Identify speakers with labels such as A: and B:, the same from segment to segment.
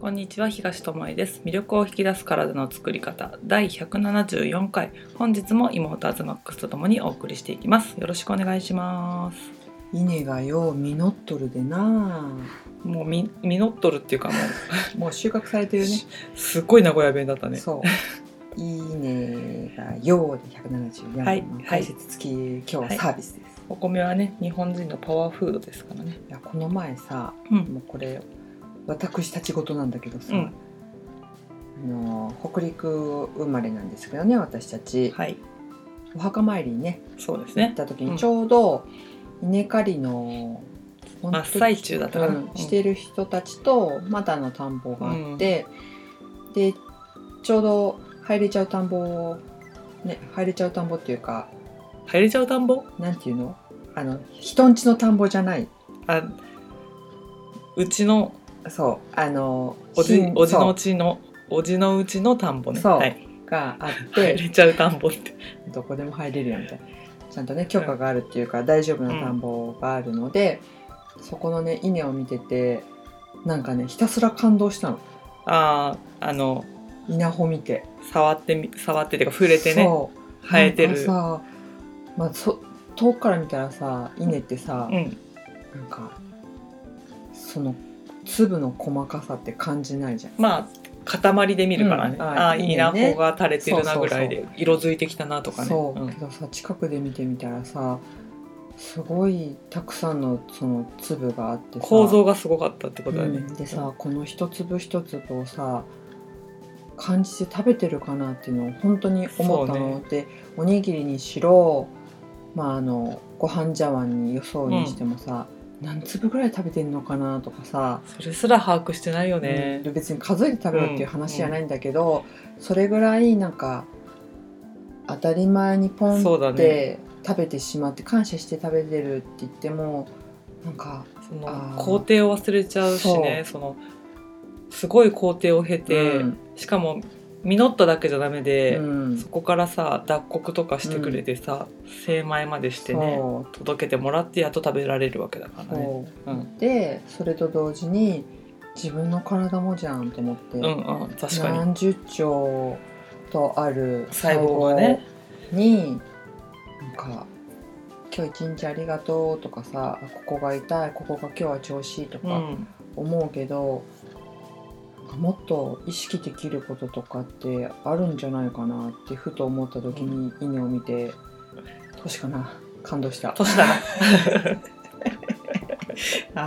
A: こんにちは東智恵です魅力を引き出す体の作り方第174回本日も妹アズマックスとともにお送りしていきますよろしくお願いします
B: 稲がよう実っとるでな
A: もうみ実っとるっていうかも
B: あもう収穫されてるね
A: うすっごい名古屋弁だったね
B: そう稲がようで174
A: はい
B: 本の解説付き、今日はサービスです、
A: お米はね日本人のパワーフードですからね
B: い、やこの前さ
A: うん
B: もうこれ私たち事なんだけどさ、
A: うん
B: あの北陸生まれなんですけどね私たち、
A: はい
B: お墓参りにね
A: そうです
B: 行っ
A: ね
B: た時
A: うん
B: にちょうど稲刈りの本当
A: 真っ最中だったかな、
B: うんしてる人たちとまだの田んぼがあって、でちょうど入れちゃう田んぼをね入れちゃう田んぼっていうか
A: 入れちゃう田んぼ
B: なんていうのあの人んちの田んぼじゃない
A: あうちの
B: そうあの
A: おじ
B: 新
A: おじの
B: そう
A: うちのおじのうちの田んぼね
B: そう
A: はい、
B: があっ
A: 入
B: て
A: れちゃう田んぼって
B: どこでも入れるよみたいなちゃんとね許可があるっていうか大丈夫な田んぼがあるので、そこのね稲を見ててなんかねひたすら感動したの
A: あああの
B: 稲穂見て
A: 触ってみ触っててか触れてね
B: そう
A: 生えて
B: なん
A: る
B: かさ、まあ、そ遠くから見たらさ稲ってさ、
A: うん
B: なんかその粒の細かさって感じないじゃん。
A: まあ塊で見るからね、
B: うん
A: あ
B: あ
A: あ
B: いい
A: い
B: ね
A: いな穂が垂れてるな
B: そ
A: ぐ
B: うそうそう
A: らいで色づいてきたなとかね
B: そう、
A: ん
B: けどさ近くで見てみたらさすごいたくさんのその粒があってさ
A: 構造がすごかったってことだ
B: う
A: ね、
B: んでさこの一粒一粒をさ感じて食べてるかなっていうのを本当に思ったの、でおにぎりにしろ、まあ、あのご飯茶碗によそうにしてもさ、何粒ぐらい食べてんのかなとかさ、
A: それすら把握してないよね、
B: うん別に数えて食べろっていう話じゃないんだけど、それぐらいなんか当たり前にポン
A: そうだ
B: っ
A: ね
B: て食べてしまって感謝して食べてるって言ってもなんか
A: そ
B: あ
A: の
B: ー
A: 工程を忘れちゃうしねそのすごい工程を経て、
B: うん
A: しかも実っただけじゃダメで、
B: うん
A: そこからさ脱穀とかしてくれてさ、精米までしてね
B: そう
A: 届けてもらってやっと食べられるわけだからね。
B: そう、
A: うん
B: でそれと同時に自分の体もじゃんと思って、
A: うんうん、確かに
B: 何十兆とある
A: 細胞がね
B: 細胞になんか「今日一日ありがとう」とかさ「ここが痛いここが今日は調子いい」と
A: う
B: か
A: ん、
B: 思うけど、なんかもっと意識できることとかってあるんじゃないかなってふと思った時に稲を見て確かな感動した。
A: 年だな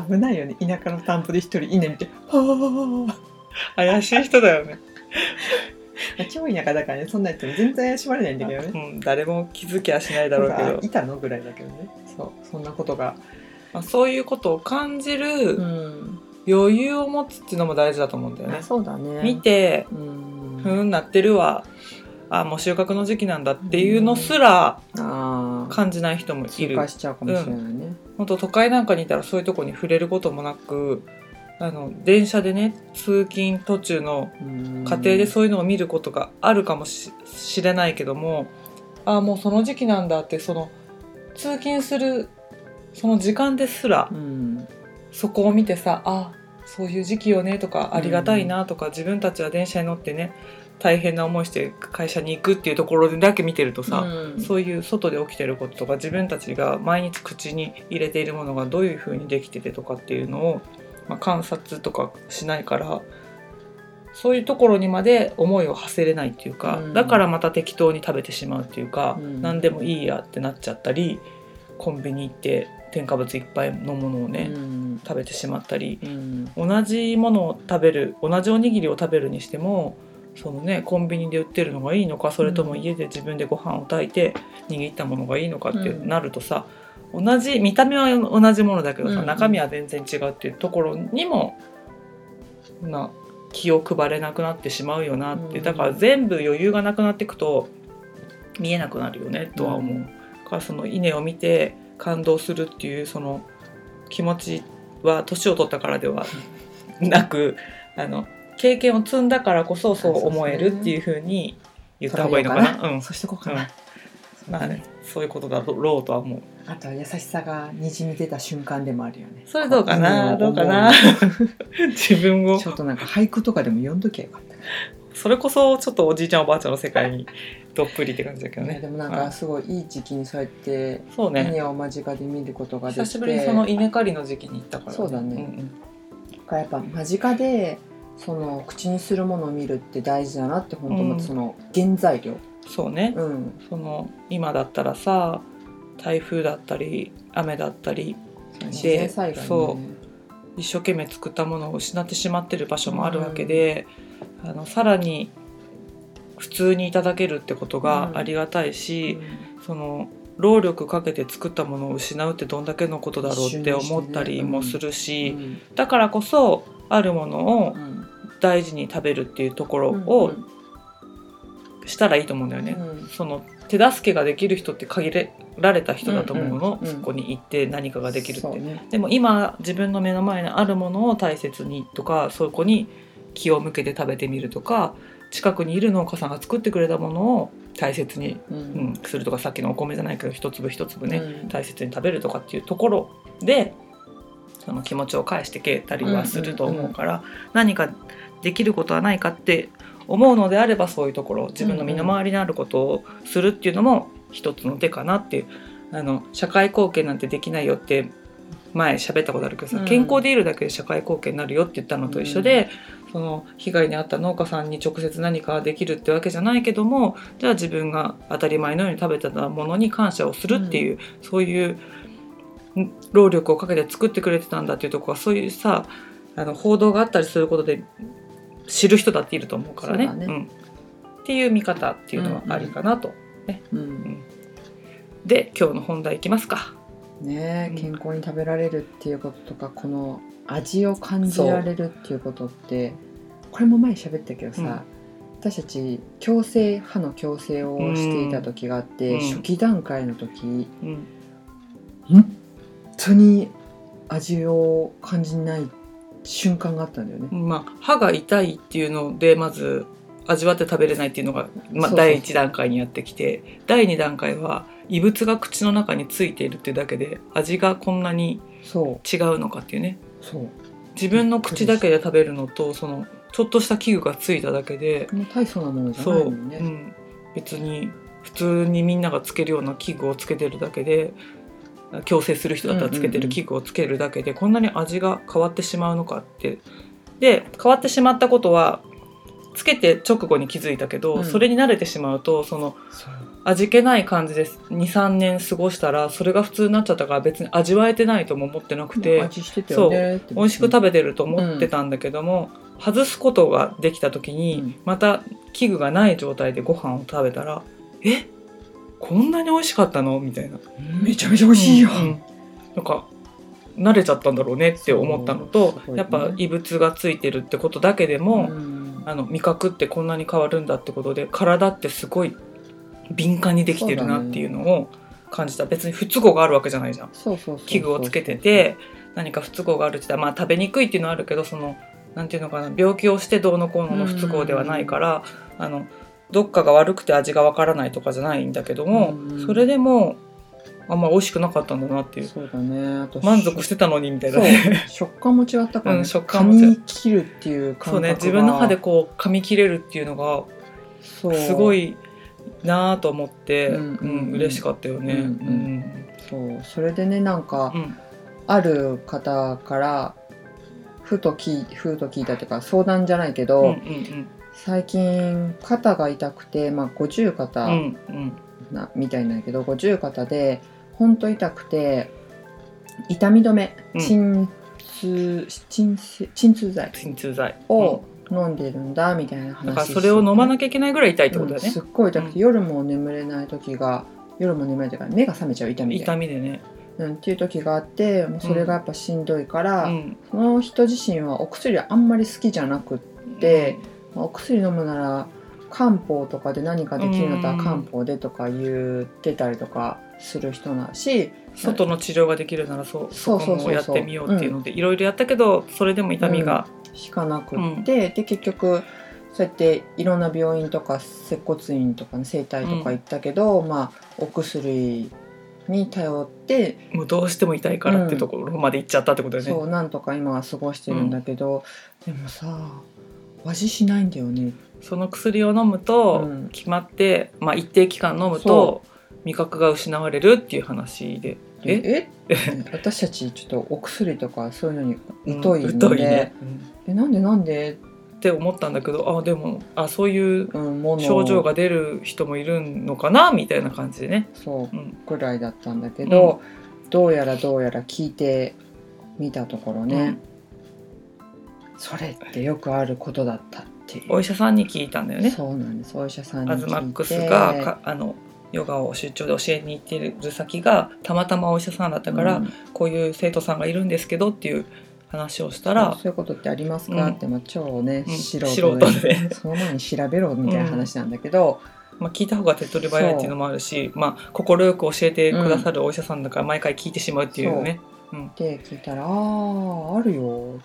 B: 危ないよね田舎の田んぼで一人稲見て「はあ
A: 怪しい人だよね。
B: あ超田舎だからねそんなやつ全然怪しまれないんだけど
A: う
B: ね
A: ん、誰も気づきはしないだろうけ
B: あ
A: ど、
B: いたのぐらいだけどねそうそんなことが
A: まあ、そういうことを感じ
B: う
A: る
B: ん
A: 余裕を持つっていうのも大事だと思うんだよね。
B: そうだね
A: 見て、
B: うん
A: ふーんなってるわ。あもう収穫の時期なんだっていうのすら
B: ああ
A: 感じない人もい
B: 通
A: る
B: 過しちゃうかもしれないね
A: 本当都会なんかにいたらそういうとこに触れることもなくあの電車でね通勤途中の
B: うん
A: 家庭でそういうのを見ることがあるかもししれないけどもああもうその時期なんだってその通勤するその時間ですら
B: うん
A: そこを見てさあそういう時期よねとか
B: ん
A: ありがたいなとか、自分たちは電車に乗ってね大変な思いして会社に行くっていうところだけ見てるとさ、
B: うん
A: そういう外で起きてることとか自分たちが毎日口に入れているものがどういうふうにできててとかっていうのを、まあ、観察とかしないからそういうところにまで思いを馳せれないっていうか、
B: うん
A: だからまた適当に食べてしまうっていうか、
B: うん
A: 何でもいいやってなっちゃったりコンビニ行って添加物いっぱいのものをね、
B: うん
A: 食べてしまったり
B: うん
A: 同じものを食べる同じおにぎりを食べるにしてもそのねコンビニで売ってるのがいいのかそれとも
B: うん
A: 家で自分でご飯を炊いて握ったものがいいのかって
B: うん
A: なるとさ、同じ見た目は同じものだけどさ、
B: うん
A: 中身は全然違うっていうところにもな気を配れなくなってしまうよなって、
B: うん
A: だから全部余裕がなくなっていくと見えなくなるよねとは思う。だからその稲を見て感動するっていうその気持ちは年を取ったからではなくあの経験を積んだからこそそう思えるっていうふうに言った方がいいのかな。うん
B: そうしてこうか
A: うん
B: な
A: まあねそういうことだろうとは思う
B: あとは優しさがにじみ出た瞬間でもあるよね
A: それどうかな
B: こ
A: ど
B: う
A: うかな 自分を
B: ちょっとなんか俳句とかでも読んどきゃよかった
A: それこそちょっとおじいちゃんおばあちゃんの世界にどっぷりって感じだけど
B: ね、い
A: ね
B: やでもなん
A: あ
B: かすごいいい時期にそうやって
A: そうね
B: 稲を間近で見ることができて
A: 久しぶりにその稲刈りの時期に行ったから、
B: そうだね
A: んうん
B: だからやっぱ間近でその口にするものを見るって大事だなって本当思って
A: うん
B: その原材料、
A: そうね
B: うん、
A: その今だったらさ台風だったり雨だったり
B: 自然災害、ね、
A: そ一生懸命作ったものを失ってしまってる場所もあるわけで、あのさらに普通にいただけるってことがありがたいし、その労力かけて作ったものを失うってどんだけのことだろうって思ったりもする
B: うん
A: し、
B: うん
A: だからこそあるものを
B: うん
A: 大事に食べるっていうところ
B: うん
A: をしたらいいと思うんだよね。
B: うん
A: その手助けができる人って限られた人だと思うの、
B: うんうんうん
A: そこに行って何かができるって、
B: そうね
A: でも今自分の目の前にあるものを大切にとかそこに気を向けて食べてみるとか近くにいる農家さんが作ってくれたものを大切に、
B: う
A: うんん、するとかさっきのお米じゃないけど一粒一粒ね、
B: うん
A: 大切に食べるとかっていうところでその気持ちを返してけたりはすると思うから、何かできることはないかって思うのであればそういうところ自分の身の回りにあることをするっていうのも一つの手かなっていうあの社会貢献なんてできないよって前喋ったことあるけどさ、
B: うん
A: 健康でいるだけで社会貢献になるよって言ったのと一緒で、その被害に遭った農家さんに直接何かできるってわけじゃないけどもじゃあ自分が当たり前のように食べてたものに感謝をするっていう、そういうん労力をかけて作ってくれてたんだっていうところはそういうさあの報道があったりすることで知る人だっていると思うからね。
B: そうだね
A: ん、っていう見方っていうのはありかなと。
B: うん
A: で今日の本題いきますか。
B: ね
A: うん
B: え健康に食べられるっていうこととかこの味を感じられるっていうことってこれも前喋ったけどさ、私たち矯正歯の矯正をしていた時があって、
A: うん
B: 初期段階の時
A: うん、
B: 本当に味を感じない瞬間があったんだよね。
A: まあ歯が痛いっていうのでまず味わって食べれないっていうのが、まあ、
B: そうそう
A: 第1段階にやってきて第2段階は異物が口の中についているっていうだけで味がこんなに
B: そ
A: 違うのかっていうね
B: うそう
A: 自分の口だけで食べるのとそのちょっとした器具がついただけで
B: もう大層なものじゃ
A: そ、
B: ないうも
A: うん
B: ね。
A: ん、別に普通にみんながつけるような器具をつけてるだけで矯正する人だったらつけて
B: うんうんう
A: る
B: ん
A: 器具をつけるだけでこんなに味が変わってしまうのかってで変わってしまったことはつけて直後に気づいたけど、
B: うん
A: それに慣れてしまうとその味気ない感じで23年過ごしたらそれが普通になっちゃったから別に味わえてないとも思ってなくて、
B: 味してたよねって
A: 美味しく食べてると思ってたんだけども、外すことができた時に、
B: うん
A: また器具がない状態でご飯を食べたら「えこんなに美味しかったの?」みたいな。
B: めちゃめちゃ美味しいよ。
A: うんなんか慣れちゃったんだろうねって思ったのと、
B: そうすごいね
A: やっぱ異物がついてるってことだけでも、
B: うん
A: あの味覚ってこんなに変わるんだってことで体ってすごい敏感にできてるなっていうのを感じた、別に不都合があるわけじゃないじゃん。
B: そうそうそうそう
A: 器具をつけてて何か不都合があるって言ったら、まあ、食べにくいっていうのはあるけどそのなんていうのかな病気をしてどうのこうのの不都合ではないから、あのどっかが悪くて味がわからないとかじゃないんだけども、
B: うん
A: それでもあんま美味しくなかったんだなっていう
B: そうだねあと
A: 満足してたのにみたい
B: そ
A: な
B: う
A: ね。
B: 食感も違ったから、ね
A: うん食感も違う
B: 噛み切るっていう感覚 が
A: そうね自分の歯でこう噛み切れるっていうのが
B: そう
A: すごいなぁと思って、
B: う
A: うんん
B: うんうん
A: 嬉しかったよね。
B: う
A: うんん
B: うんそうそれでねなんか、
A: うん
B: ある方からふと聞いふと聞いたというか相談じゃないけど、
A: うんうん
B: 最近肩が痛くて、まあ、五十
A: う
B: 肩
A: んうん
B: な、みたいなんだけど五十肩でほんと痛くて痛み止め
A: うん
B: 鎮痛鎮痛鎮痛剤
A: 鎮痛剤
B: を飲んでるんだみたいな
A: う
B: 話
A: んだからそれを飲まなきゃいけないぐらい痛いってことだ
B: うん
A: よ
B: す
A: ね
B: っ、ごい痛くて、
A: うん
B: 夜も眠れない時が夜も眠れないというか目が覚めちゃう痛みで
A: 痛みでね。
B: うん、っていう時があってもうそれがやっぱしんどいから、
A: うん
B: その人自身はお薬あんまり好きじゃなくって、まあお薬飲むなら漢方とかで何かできるんだったら
A: うん
B: 漢方でとか言ってたりとかする人なし、
A: 外の治療ができるならそうそ
B: そ
A: う
B: そうそうそう
A: こもやってみようっていうのでいろいろやったけどそれでも痛みが、
B: 引かなくって、で結局そうやっていろんな病院とか接骨院とかね整体とか行ったけど、まあお薬に頼って
A: もうどうしても痛いからってところまで行っちゃったってことだよね、
B: そうなんとか今は過ごしてるんだけど、でもさ味しないんだよね。
A: その薬を飲むと、
B: うん
A: 決まって、まあ、一定期間飲む
B: そ
A: と味覚が失われるっていう話でえ
B: えって私たちちょっとお薬とかそういうの
A: うん
B: に疎いんで、
A: 疎いね、うん
B: えなんでなんで、
A: って思ったんだけどあでもあそういう
B: うん、もの
A: 症状が出る人もいるのかなみたいな感じでね、
B: そう
A: うん、
B: ぐらいだったんだけど、どうやらどうやら聞いてみたところね、それってよくあることだったっていう。
A: お医者さんに聞いたんだよね
B: そうなんですお医者さんに
A: アズマックスがかあのヨガを出張で教えに行っている先がたまたまお医者さんだったから、
B: うん
A: こういう生徒さんがいるんですけどっていう話をしたら
B: そうそういうことってありますか、
A: うん
B: って、まあ、超ね、
A: うん
B: 素人で
A: 素人で
B: その前に調べろみたいな話なんだけど、
A: まあ、聞いた方が手っ取り早いっていうのもあるしまあ、快く教えてくださるお医者さんだから毎回聞いてしまうっていうね。
B: で聞いたら「あああるよ」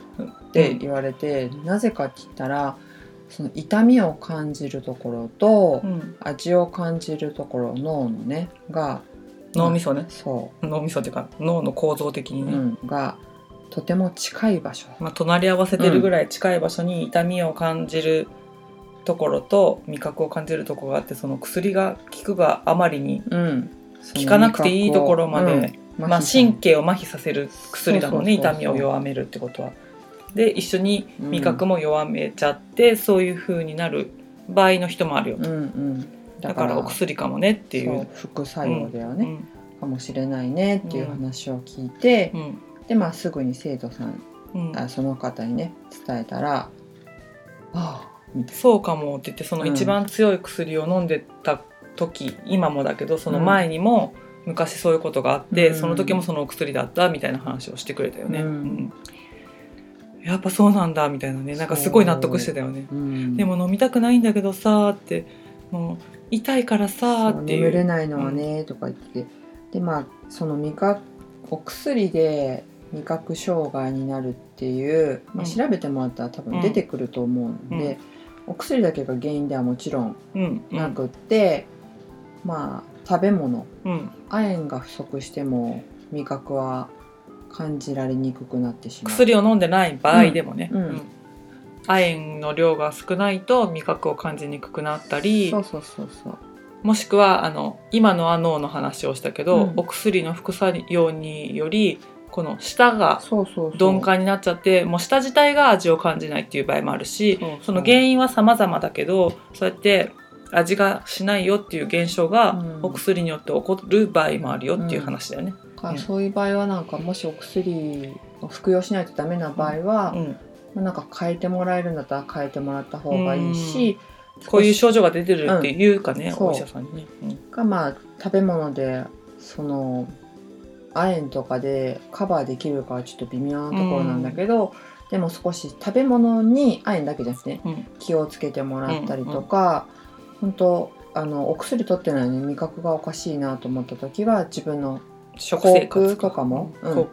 B: って言われて、なぜかって言ったらその痛みを感じるところと、
A: うん
B: 味を感じるところ脳のねが
A: 脳みそね
B: そ
A: 脳みそっていうか脳の構造的に
B: う、
A: ね、
B: うん、がとても近い場所
A: まあ、隣り合わせてるぐらい近い場所に痛みを感じるところと味覚を感じるところがあってその薬が効くがあまりに
B: うん
A: 効かなくていいところまで、まあ、神経を麻痺させる薬だもんね
B: そうそうそうそう
A: 痛みを弱めるってことは。で一緒に味覚も弱めちゃって、そういう風になる場合の人もあるよ、
B: うんうん
A: だからお薬かもねっていう
B: そう副作用だよ
A: う
B: ね、
A: ん
B: かもしれないねっていう話を聞いて、
A: うん
B: でまあすぐに生徒さん、
A: うん
B: あその方にね伝えたら「ああ」みたい
A: そうかもって言ってその
B: うん
A: 一番強い薬を飲んでた時、今もだけどその前にも昔そういうことがあって、
B: うん
A: その時もそのお薬だったみたいな話をしてくれたよね、
B: うん
A: うんやっぱそうなんだみたいなねなんかすごい納得してたよね
B: な、うん
A: でも飲みたくないんだけどさーってもう痛いからさーってい
B: そう眠れ
A: う
B: ないのはねとか言って、でまあその味覚お薬で味覚障害になるっていう、まあ、
A: うん
B: 調べてもらったら多分出てくると思うので、お薬だけが原因ではもちろん
A: うんう
B: なんくって、まあ食べ物
A: うん
B: 亜鉛が不足しても味覚は感じられにくくなってしまう。
A: 薬を飲んでない場合でもね、
B: うん
A: うん亜鉛の量が少ないと味覚を感じにくくなったり
B: そうそうそうそう。
A: もしくはあの今のは脳の話をしたけど、
B: うん
A: お薬の副作用によりこの舌が
B: そうそうそう。
A: 鈍感になっちゃってもう舌自体が味を感じないっていう場合もあるし
B: そうそう
A: その原因は様々だけどそうやって味がしないよっていう現象が、
B: うん
A: お薬によって起こる場合もあるよっていう話だよね。
B: かそういう場合はなんかもしお薬を服用しないとダメな場合は、
A: うん
B: なんか変えてもらえるんだったら変えてもらった方がいいし、
A: こういう症状が出てるっていうかね、
B: うん
A: お医者さんにね。うん
B: がまあ食べ物でその亜鉛とかでカバーできるかはちょっと微妙なところなんだけど、でも少し食べ物に亜鉛だけじゃなくてね
A: うん
B: 気をつけてもらったりとか、本当あのお薬取ってないのに味覚がおかしいなと思った時は自分の
A: 食
B: 口
A: 生活
B: 腔とかも、
A: うん
B: うん
A: こ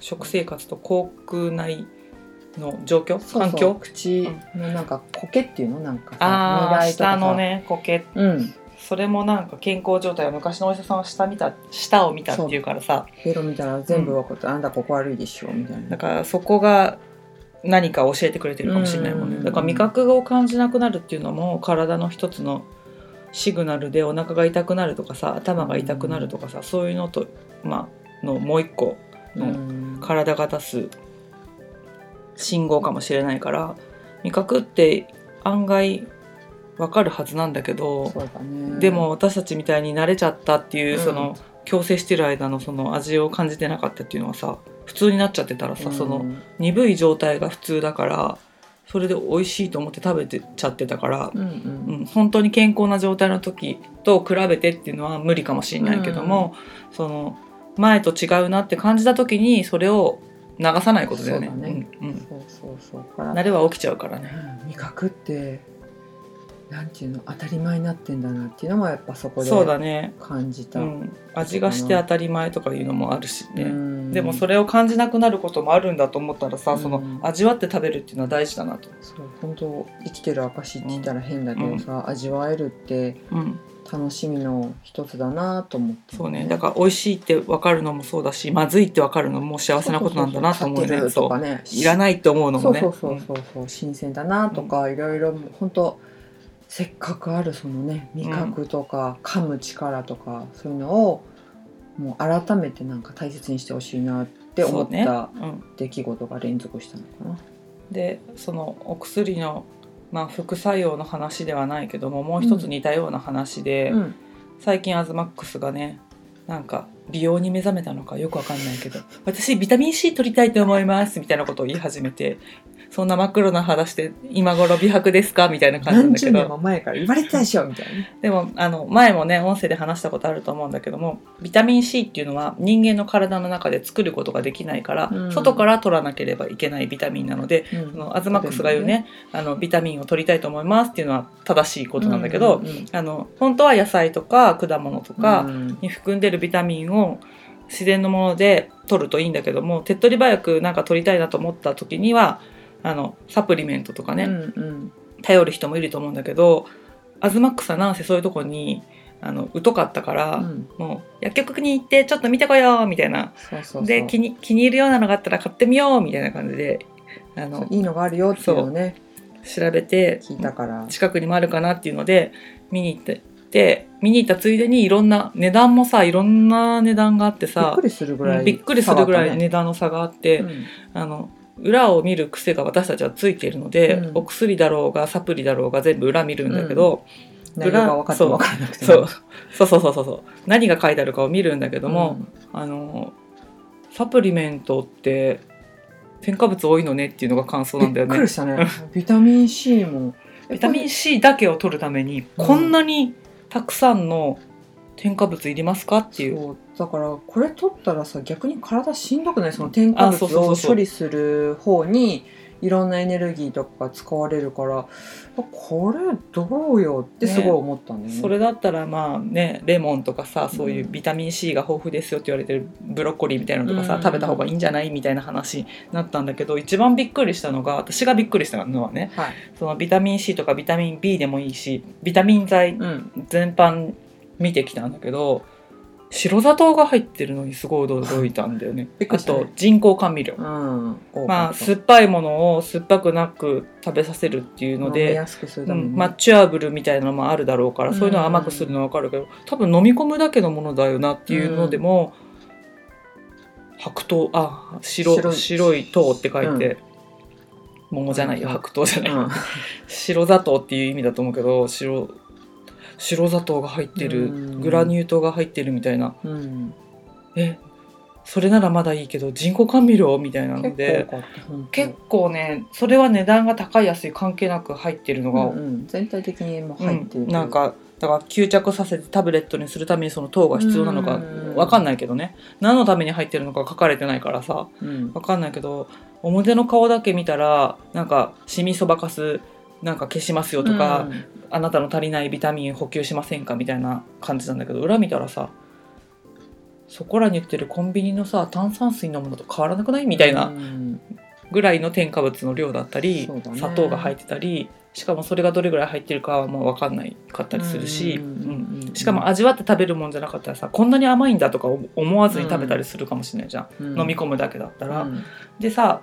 A: 食生活と口腔内の状況
B: そう
A: 環
B: そう
A: 境
B: 口のなんか苔っていうのなんかさ
A: あ
B: 未
A: あ
B: 来とか
A: 下
B: さ
A: のね苔
B: うん
A: それもなんか健康状態は昔のお医者さんは下見た下を見たっていうからさ
B: ベロ見たら全部分かった、あんたここ悪いでしょみたいな
A: だからそこが何か教えてくれてるかもしれないもん
B: う
A: ね
B: ん
A: だから味覚を感じなくなるっていうのも体の一つのシグナルでお腹が痛くなるとかさ頭が痛くなるとかさそういうのとまあのもう一個
B: う
A: の
B: ん
A: 体が出す信号かもしれないから味覚って案外わかるはずなんだけど
B: そうだね
A: でも私たちみたいに慣れちゃったっていう、
B: うん
A: その矯正してる間のその味を感じてなかったっていうのはさ普通になっちゃってたらさ、
B: うん
A: その鈍い状態が普通だからそれで美味しいと思って食べてちゃってたから
B: う、んう
A: うんん、本当に健康な状態の時と比べてっていうのは無理かもしれないけども、その前と違うなって感じた時にそれを流さないことだよね。
B: そうだね
A: うんうん
B: そうそうそうだから
A: 慣れは起きちゃうからね。
B: うん味覚ってなんていうの当たり前になってんだなっていうのもやっぱそこで
A: そうだね、
B: 感じ
A: う
B: た。
A: ん、味がして当たり前とかいうのもあるしね、
B: うん
A: でもそれを感じなくなることもあるんだと思ったらさ、
B: うん
A: その味わって食べるっていうのは大事だなと、
B: そう本当生きてる証って言ったら変だけどさ、味わえるって
A: うん、
B: 楽しみの一つだなと思って、
A: そうねだから美味しいって分かるのもそうだしまずいって分かるのも幸せなことなんだなと思う
B: そう
A: ね
B: そうそう買ってると
A: そ
B: か
A: う
B: ね
A: いらないって思うの
B: そ
A: も
B: う
A: ね
B: そうそうそうそう新鮮だなとか、いろいろ本当せっかくあるそのね味覚とか、噛む力とかそういうのをもう改めてなんか大切にしてほしいなって思っ
A: そうね
B: た
A: うん
B: 出来事が連続したのかな。
A: でそのお薬の、まあ、副作用の話ではないけどももう一つ似たような話で、
B: うん
A: 最近アズマックスがねなんか美容に目覚めたのかよくわかんないけど私ビタミン C 取りたいと思いますみたいなことを言い始めてそんな真っ黒な肌して今頃美白ですかみたいな感じなん
B: 何
A: だけ
B: 十年
A: ど
B: も前から言われてたでしょみたいな。
A: でもあの前もね音声で話したことあると思うんだけどもビタミン C っていうのは人間の体の中で作ることができないから、
B: うん
A: 外から取らなければいけないビタミンなので
B: うん
A: そのアズマックスが言うねあのビタミンを取りたいと思いますっていうのは正しいことなんだけど、
B: うんうん
A: あの本当は野菜とか果物と
B: う
A: か
B: ん
A: に含んでるビタミンを自然のもので取るといいんだけども手っ取り早くなんか取りたいなと思った時にはあのサプリメントとかね、
B: うんうん
A: 頼る人もいると思うんだけどアズマックスはなんせそういうとこにあの疎かったから、
B: うん
A: もう薬局に行ってちょっと見てこようみたいな
B: そうそうそう
A: で気に気に入るようなのがあったら買ってみようみたいな感じであ
B: そう
A: の
B: いいのがあるよっていうのをね
A: 調べて
B: 聞いたから、
A: 近くにもあるかなっていうので見に行って。で見に行ったついでにいろんな値段もさいろんな値段があって
B: びっ
A: さ
B: くりするぐらい、
A: うんびっくりするぐらい
B: ね、
A: 値段の差があって、
B: うん
A: あの裏を見る癖が私たちはついているので、
B: うん
A: お薬だろうがサプリだろうが全部裏見るんだけど、
B: 内容が分かっても分からなくて
A: そう
B: も
A: そうそうそうそうそう何が書いてあるかを見るんだけども、あのサプリメントって添加物多いのねっていうのが感想
B: う
A: なんんだよ
B: びっくり
A: ね
B: したねビタミン C も
A: ビタミン
B: こ
A: C だけを取るためにこんなにたくさんの添加物いりますかって
B: れ
A: いう
B: そうだからこれ取ったらさ逆に体しんどくないその添加
A: あそうそ
B: 物
A: うそ
B: を
A: うそう
B: 処理する方にいろんなエネルギーとか使われるからこれどうよってすごい思ったんだよね
A: それだったらまあねレモンとかさそういうビタミン C が豊富ですよって言われてるブロッコリーみたいなのとかさ、
B: うん
A: 食べた方がいいんじゃないみたいな話になったんだけど一番びっくりしたのが私がびっくりしたのはね
B: はい、
A: そのビタミン C とかビタミン B でもいいしビタミン剤
B: うん、
A: 全般見てきたんだけど白砂糖が入ってるのにすごい驚いたんだよね
B: びっく
A: あ
B: りしたね
A: と人工甘味料
B: うん、
A: まあ
B: す
A: 酸っぱいものを酸っぱくなく食べさせるっていうの
B: 飲み
A: で、
B: やすくする
A: う
B: ためにね、
A: ん、マッチュアブルみたいなのもあるだろうから、そういうのは甘くするのはわかるけど多分飲み込むだけのものだよなっていうのでも、白桃あ白
B: 白
A: 白
B: い
A: い糖って書いて、桃じゃないよ
B: うん
A: 白桃じゃない、
B: うん
A: 白砂糖っていう意味だと思うけど白白砂糖が入ってる
B: うん
A: グラニュー糖が入ってるみたいな
B: うん、
A: えそれならまだいいけど人工甘味料みたいなの
B: 結
A: で
B: 構多かった本当
A: 結構ねそれは値段が高い安い関係なく入ってるのが、
B: うんうん全体的にもう入っている、
A: うんなんかだから吸着させてタブレットにするためにその糖が必要なのか
B: うん
A: わかんないけどね何のために入ってるのか書かれてないからさ
B: うん、
A: わかんないけど表の顔だけ見たらなんかシミそばかすなんか消しますよとか、
B: うん
A: あなたの足りないビタミン補給しませんかみたいな感じなんだけど裏見たらさそこらに売ってるコンビニのさ炭酸水のものと変わらなくないみたいな
B: うん
A: ぐらいの添加物の量だったり、
B: そうだね
A: 砂糖が入ってたりしかもそれがどれぐらい入ってるかはもう分かんないかったりするし、
B: うんうん
A: うんしかも味わって食べるもんじゃなかったらさこんなに甘いんだとか思わずに食べたりするかもしれないじゃん、
B: うん
A: 飲み込むだけだったら。
B: うん
A: でさ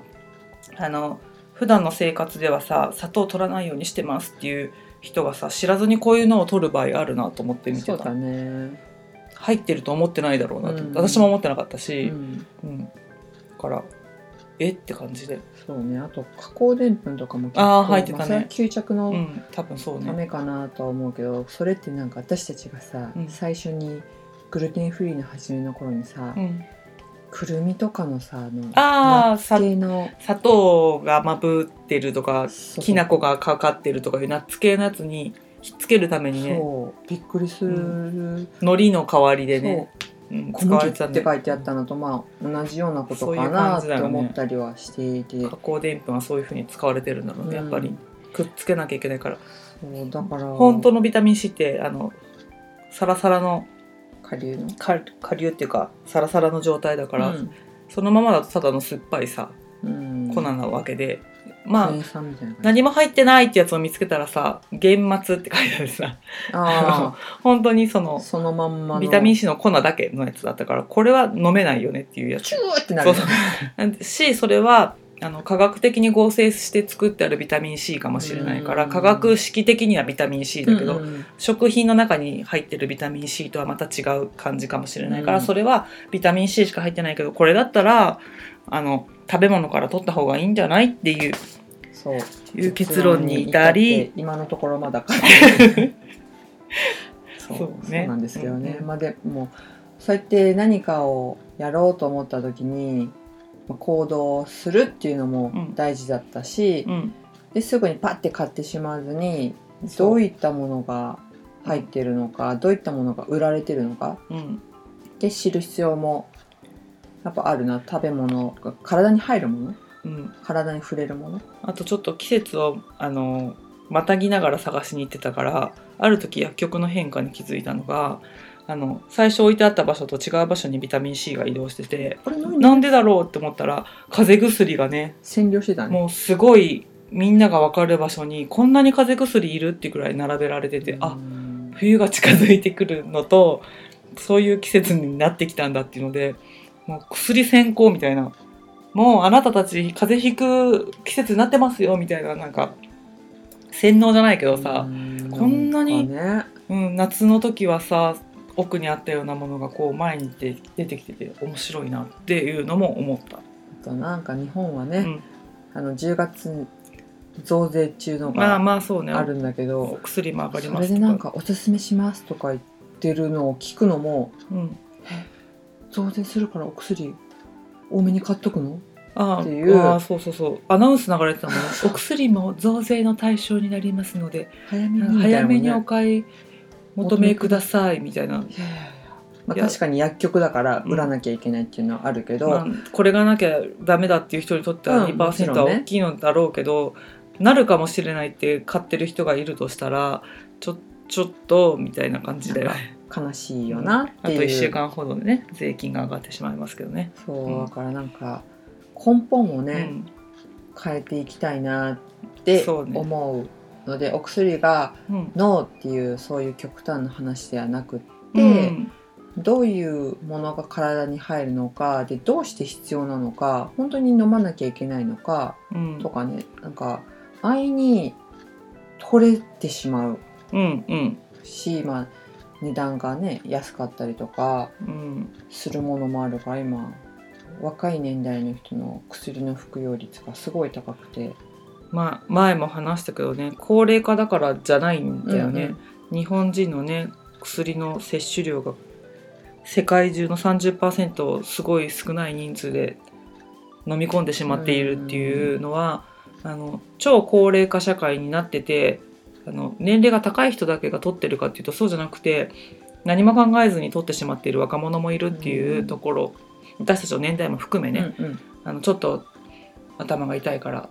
A: あの普段の生活ではさ砂糖取らないようにしてますっていう人がさ知らずにこういうのを取る場合あるなと思って見
B: そ
A: て
B: うだ
A: た、
B: ね、
A: 入ってると思ってないだろうなと思って、
B: うん
A: 私も思ってなかった
B: う
A: し、
B: ん、
A: うんだからえって感じで、
B: そうねあと加工でんぷんとかも結
A: あー入ってたね
B: まあそれは吸着
A: う
B: の
A: ん、多分そう
B: た
A: ね
B: めかなとは思うけど、それってなんか私たちがさ、
A: うん
B: 最初にグルテンフリーの初めの頃にさ、
A: うん、
B: くるみとかのさあの
A: あー
B: ナッツ系の
A: 砂糖がまぶってるとか
B: そう
A: きな粉がかかってるとかいうナッツ系のやつにひっつけるためにね
B: そうびっくりする、
A: う海苔の代わりでね、うん、
B: 小
A: 使われて
B: 麦
A: た
B: っ
A: ん
B: て
A: で
B: 書いてあったのとまあ同じようなこと
A: そうい
B: か
A: う感
B: な
A: じだ
B: と
A: よね
B: 思ったりはしていて
A: 加工でんぷんはそういうふうに使われてるんだろうね、やっぱ
B: う
A: り
B: ん
A: くっつけなきゃいけないから
B: そうだから
A: 本当のビタミン C ってあのサラサラの
B: 下流の
A: か下流っていうかサラサラの状態だから、
B: うん
A: そのままだとただの酸っぱいさ
B: うん、
A: 粉なわけで、まあ
B: 店員さんみたいな感じ
A: 何も 入ってないってやつを見つけたらさ「原末」って書いてあるさ
B: あ
A: 本当にそ
B: あ
A: の
B: そのまんまの
A: ビタミン
B: シ
A: C の粉だけのやつだったからこれは飲めないよねっていうやつ
B: ューってなる
A: そうしそれはあの科学的に合成して作ってあるビタミン C かもしれないから
B: うん
A: 科学式的にはビタミン C だけど、
B: うんうん
A: 食品の中に入ってるビタミン C とはまた違う感じかもしれないから、
B: うん
A: それはビタミン C しか入ってないけどこれだったらあの食べ物から取った方がいいんじゃないっていう
B: そう
A: いう結論に至り
B: 今のところまだ そう
A: そうね
B: そうなんですけどね、
A: うんうん
B: まあでもそうやって何かをやろうと思った時にまあ行動するっていうのも大事だったし、
A: うん、
B: ですぐにパッて買ってしまわずに
A: そう
B: どういったものが入ってるのかどういったものが売られてるのか
A: うん、
B: で知る必要もやっぱあるな食べ物が体に入るもの
A: うん、
B: 体に触れるもの
A: あとちょっと季節をあのまたぎながら探しに行ってたからある時薬局の変化に気づいたのがあの最初置いてあった場所と違う場所にビタミン C が移動してて
B: これ何
A: なんでだろうって思ったら風邪薬がね
B: 占領してたね
A: もうすごいみんなが分かる場所にこんなに風邪薬いるってぐらい並べられててあ
B: うん
A: 冬が近づいてくるのとそういう季節になってきたんだっていうのでもう薬先行みたいなもうあなたたち風邪ひく季節になってますよみたいななんか洗脳じゃないけどさ、こんなに
B: なんかね
A: うん、夏の時はさ奥にあったようなものがこう前に出て出てきてて面白いなっていうのも思った。
B: あとなんか日本はね、
A: うん
B: あの10月増税中の
A: まあ
B: が
A: まあそうね
B: あるんだけ
A: お
B: ど、
A: 薬も上がり
B: そ
A: ま
B: れ
A: す
B: でなんかおすすめしますとか言ってるのを聞くのも
A: うん、
B: 増税するからお薬多めに買っとくの
A: ああ
B: っていう
A: ああそうそうそうアナウンス流れてたもんねお薬も増税の対象になりますので
B: 早めに
A: 早めにお
B: み
A: 買い求めくださいみたいな、
B: たいなねいやいやいやまあ
A: いや
B: 確かに薬局だから売らなきゃいけないっていうのはあるけど、
A: まあ、これがなきゃダメだっていう人にとっては
B: うんもち
A: 2%
B: ろんね
A: は大きいのだろうけど、なるかもしれないって買ってる人がいるとしたらちょちょっとみたいな感 じだよね
B: 悲しいよなっ
A: あと
B: ていう、
A: 1週間ほどでね税金が上がってしまいますけどね。
B: そううんだからなんか根本をね、
A: うん
B: 変えていきたいなって
A: そうね
B: 思うのでお薬が
A: うん
B: ノーっていうそういう極端な話ではなくって、
A: うん
B: どういうものが体に入るのかでどうして必要なのか本当に飲まなきゃいけないのか
A: うん
B: とかねなんか安易に取れてしまう
A: うんうん
B: し、まあ、値段がね安かったりとか
A: うん
B: するものもあるから今若い年代の人の薬の服用率がすごい高くて。
A: まあ、前も話したけどね高齢化だからじゃないんだよね、日本人のね薬の摂取量が世界中の30%をすごい少ない人数で飲み込んでしまっているっていうのは、あの超高齢化社会になっててあの年齢が高い人だけが取ってるかっていうとそうじゃなくて何も考えずに取ってしまっている若者もいるっていうところ、私たちの年代も含めね、
B: うんうん
A: あのちょっと頭が痛いから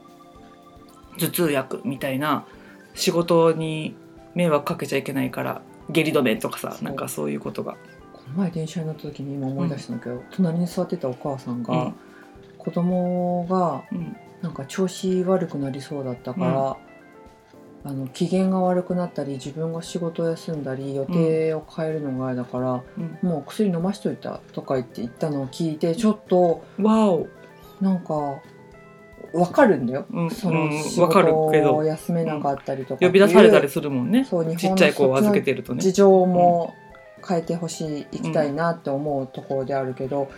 A: 頭痛薬みたいな仕事に迷惑かけちゃいけないから下痢止めとかさ
B: そう
A: なんかそういうことが、
B: この前電車に乗った時に今思い出したんだけど、隣に座ってたお母さん
A: う
B: が、
A: ん
B: 子供が
A: うん
B: なんか調子悪くなりそうだったから、あの機嫌が悪くなったり自分が仕事を休んだり予定を変えるのが嫌だから、
A: うん
B: もう薬飲ましといたとか言って言ったのを聞いてちょっと
A: わお、
B: なんか。わかるんだよ、
A: うん
B: そうの
A: ん
B: 仕
A: わかる
B: 事
A: けど
B: を休めなかったりとか
A: 呼び出された
B: ってい
A: り
B: う
A: するもんね
B: そう日
A: ちっ
B: 本
A: ちゃい子を
B: の
A: 預
B: 卒
A: け
B: 業
A: てるとね
B: 事情も変えてほしい、行きたいなって思うところであるけど、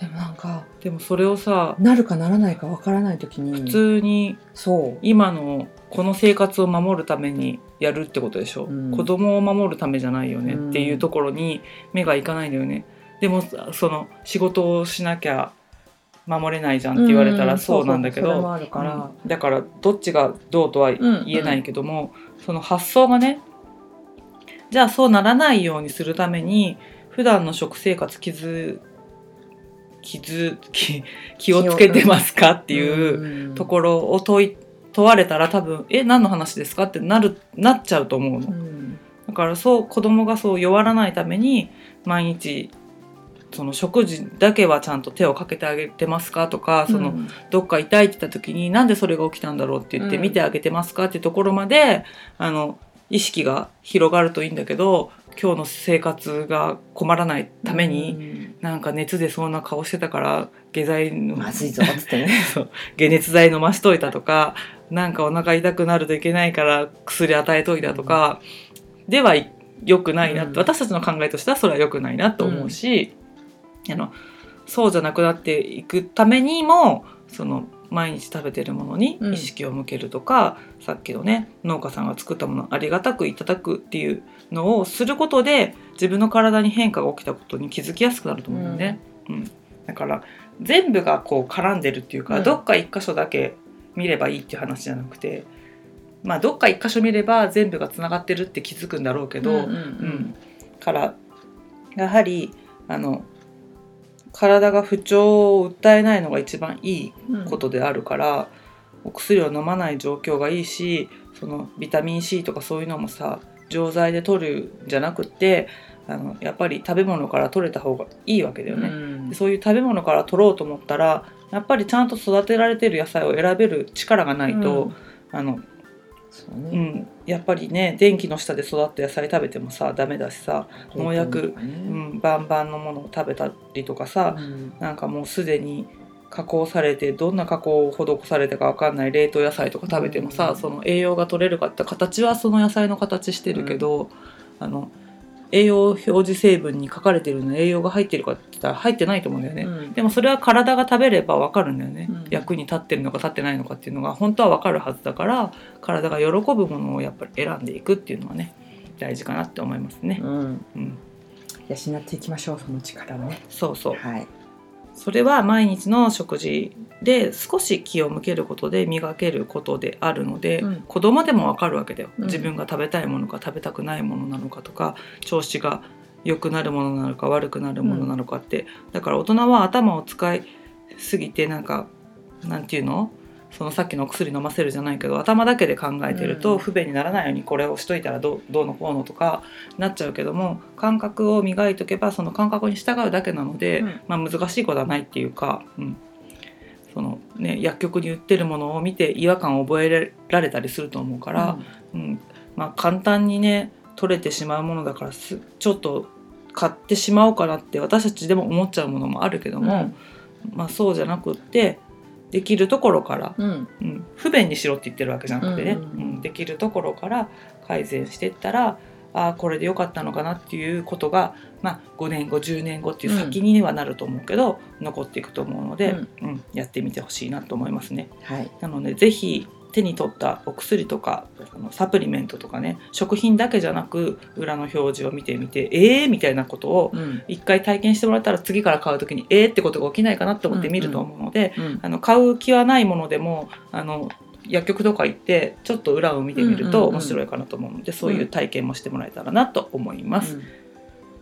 B: でもなんか
A: でもそれをさ
B: なるかならないかわからない時に
A: 普通に
B: そう
A: 今のこの生活を守るためにやるってことでしょ、
B: うん
A: 子供を守るためじゃないよねっていうところに目がいかないんだよね、でもその仕事をしなきゃ守れないじゃんって言われた
B: う
A: らそうなんだけ
B: それ
A: ど
B: もあるから、
A: うんだからどっちがどうとは言えないけども、その発想がねじゃあそうならないようにするために普段の食生活気づ気づ気気をつけてますかっていう。
B: うん
A: ところを問い問われたら多分「え何の話ですか?」ってなるなっちゃうと思うの。
B: ん
A: だからそう子供がそう弱らないために毎日その食事だけはちゃんと手をかけてあげてますかとかその、
B: うん
A: どっか痛いって言った時になんでそれが起きたんだろうって言って
B: うん
A: 見てあげてますかってところまであの意識が広がるといいんだけど今日の生活が困らないために、なんか熱出そうな顔してたから下剤
B: う
A: の
B: んまずいぞっつってね
A: 解熱剤飲ましといたとかなんかお腹痛くなるといけないから薬与えといたとか、では良くないなって、
B: うん
A: 私たちの考えとしてはそれは良くないなと思うし、あのそうじゃなくなっていくためにもその毎日食べてるものに意識を向けるとか、さっきのね農家さんが作ったものありがたくいただくっていうのをすることで自分の体に変化が起きたことに気づきやすくなると思うんだよね。うんだから全部がこう絡んでるっていうか、
B: うん
A: どっか一箇所だけ見ればいいっていう話じゃなくて、まあ、どっか一箇所見れば全部がつながってるって気づくんだろうけど、
B: うん
A: うん、からやはりあの体が不調を訴えないのが一番いい
B: うんうん
A: ことであるから、お薬を飲まない状況がいいしそのビタミン C とかそういうのもさ錠剤で取るんじゃなくってあのやっぱり食べ物から取れた方がいいわけだよね。
B: うん
A: でそういう食べ物から取ろうと思ったらやっぱりちゃんと育てられてる野菜を選べる力がないと、あの
B: そう
A: う
B: ね
A: ん、やっぱりね電気の下で育った野菜食べてもさダメだしさ、農薬
B: うん
A: うん、バンバンのものを食べたりとかさ、なんかもうすでに加工されてどんな加工を施されたかわかんない冷凍野菜とか食べてもさ、
B: うん
A: その栄養が取れるかって形はその野菜の形してるけど、あの栄養表示成分に書かれてるの栄養が入ってるかって言ったら入ってないと思うんだよね。
B: うん
A: でもそれは体が食べればわかるんだよね、
B: うん
A: 役に立ってるのか立ってないのかっていうのが本当はわかるはずだから体が喜ぶものをやっぱり選んでいくっていうのはね大事かなって思いますね。
B: うん
A: うん、
B: 養っていきましょうその力をね
A: そうそう
B: はい
A: それは毎日の食事で少し気を向けることで磨けることであるので、
B: うん
A: 子供でもわかるわけだよ、
B: うん
A: 自分が食べたいものか食べたくないものなのかとか調子が良くなるものなのか悪くなるものなのかって、だから大人は頭を使いすぎてなんかなんていうのそのさっきのお薬飲ませるじゃないけど頭だけで考えてる
B: う
A: と
B: ん
A: 不便にならないようにこれをしといたらどうどうのこうのとかなっちゃうけども感覚を磨いとけばその感覚に従うだけなので、
B: うん
A: まあ、難しいことはないっていうか、うんそのね、薬局に売ってるものを見て違和感を覚えられたりすると思うから、うんまあ、簡単にね取れてしまうものだからすちょっと買ってしまおうかなって私たちでも思っちゃうものもあるけども、まあ、そうじゃなくってできるところから
B: うんうん
A: うん、不便にしろって言ってるわけじゃなくてね、
B: うんうんうん
A: うんできるところから改善していったらああこれで良かったのかなっていうことが、まあ、5年後10年後っていう先にはなると思うけど、残っていくと思うので、
B: うん
A: うんやってみてほしいなと思いますね。
B: はい
A: なのでぜひ手に取ったお薬とかあのサプリメントとかね食品だけじゃなく裏の表示を見てみてえーみたいなことを
B: うん
A: 一回体験してもらったら次から買う時にえーってことが起きないかなと思って見ると思うので、
B: うん
A: あの買う気はないものでもあの薬局とか行ってちょっと裏を見てみる
B: うん
A: と
B: うんうん
A: 面白いかなと思うので、そういう体験もしてもらえたらなと思います。
B: うん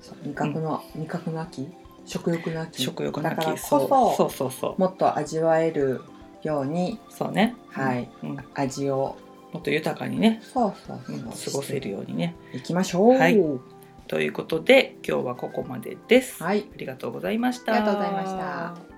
B: そう味覚の味覚の秋食欲の秋
A: 食欲の
B: だから
A: 秋
B: こ
A: そう
B: そ
A: そうそうそう
B: もっと味わえるように
A: そうね、
B: はい
A: うんうんも
B: 味を
A: っと豊かにね、
B: そうそうそ
A: うん
B: う
A: 過ごせるようにね。
B: いきましょう
A: はいということで今日はここまでです。
B: はい
A: ありがとうございました。
B: ありがとうございました。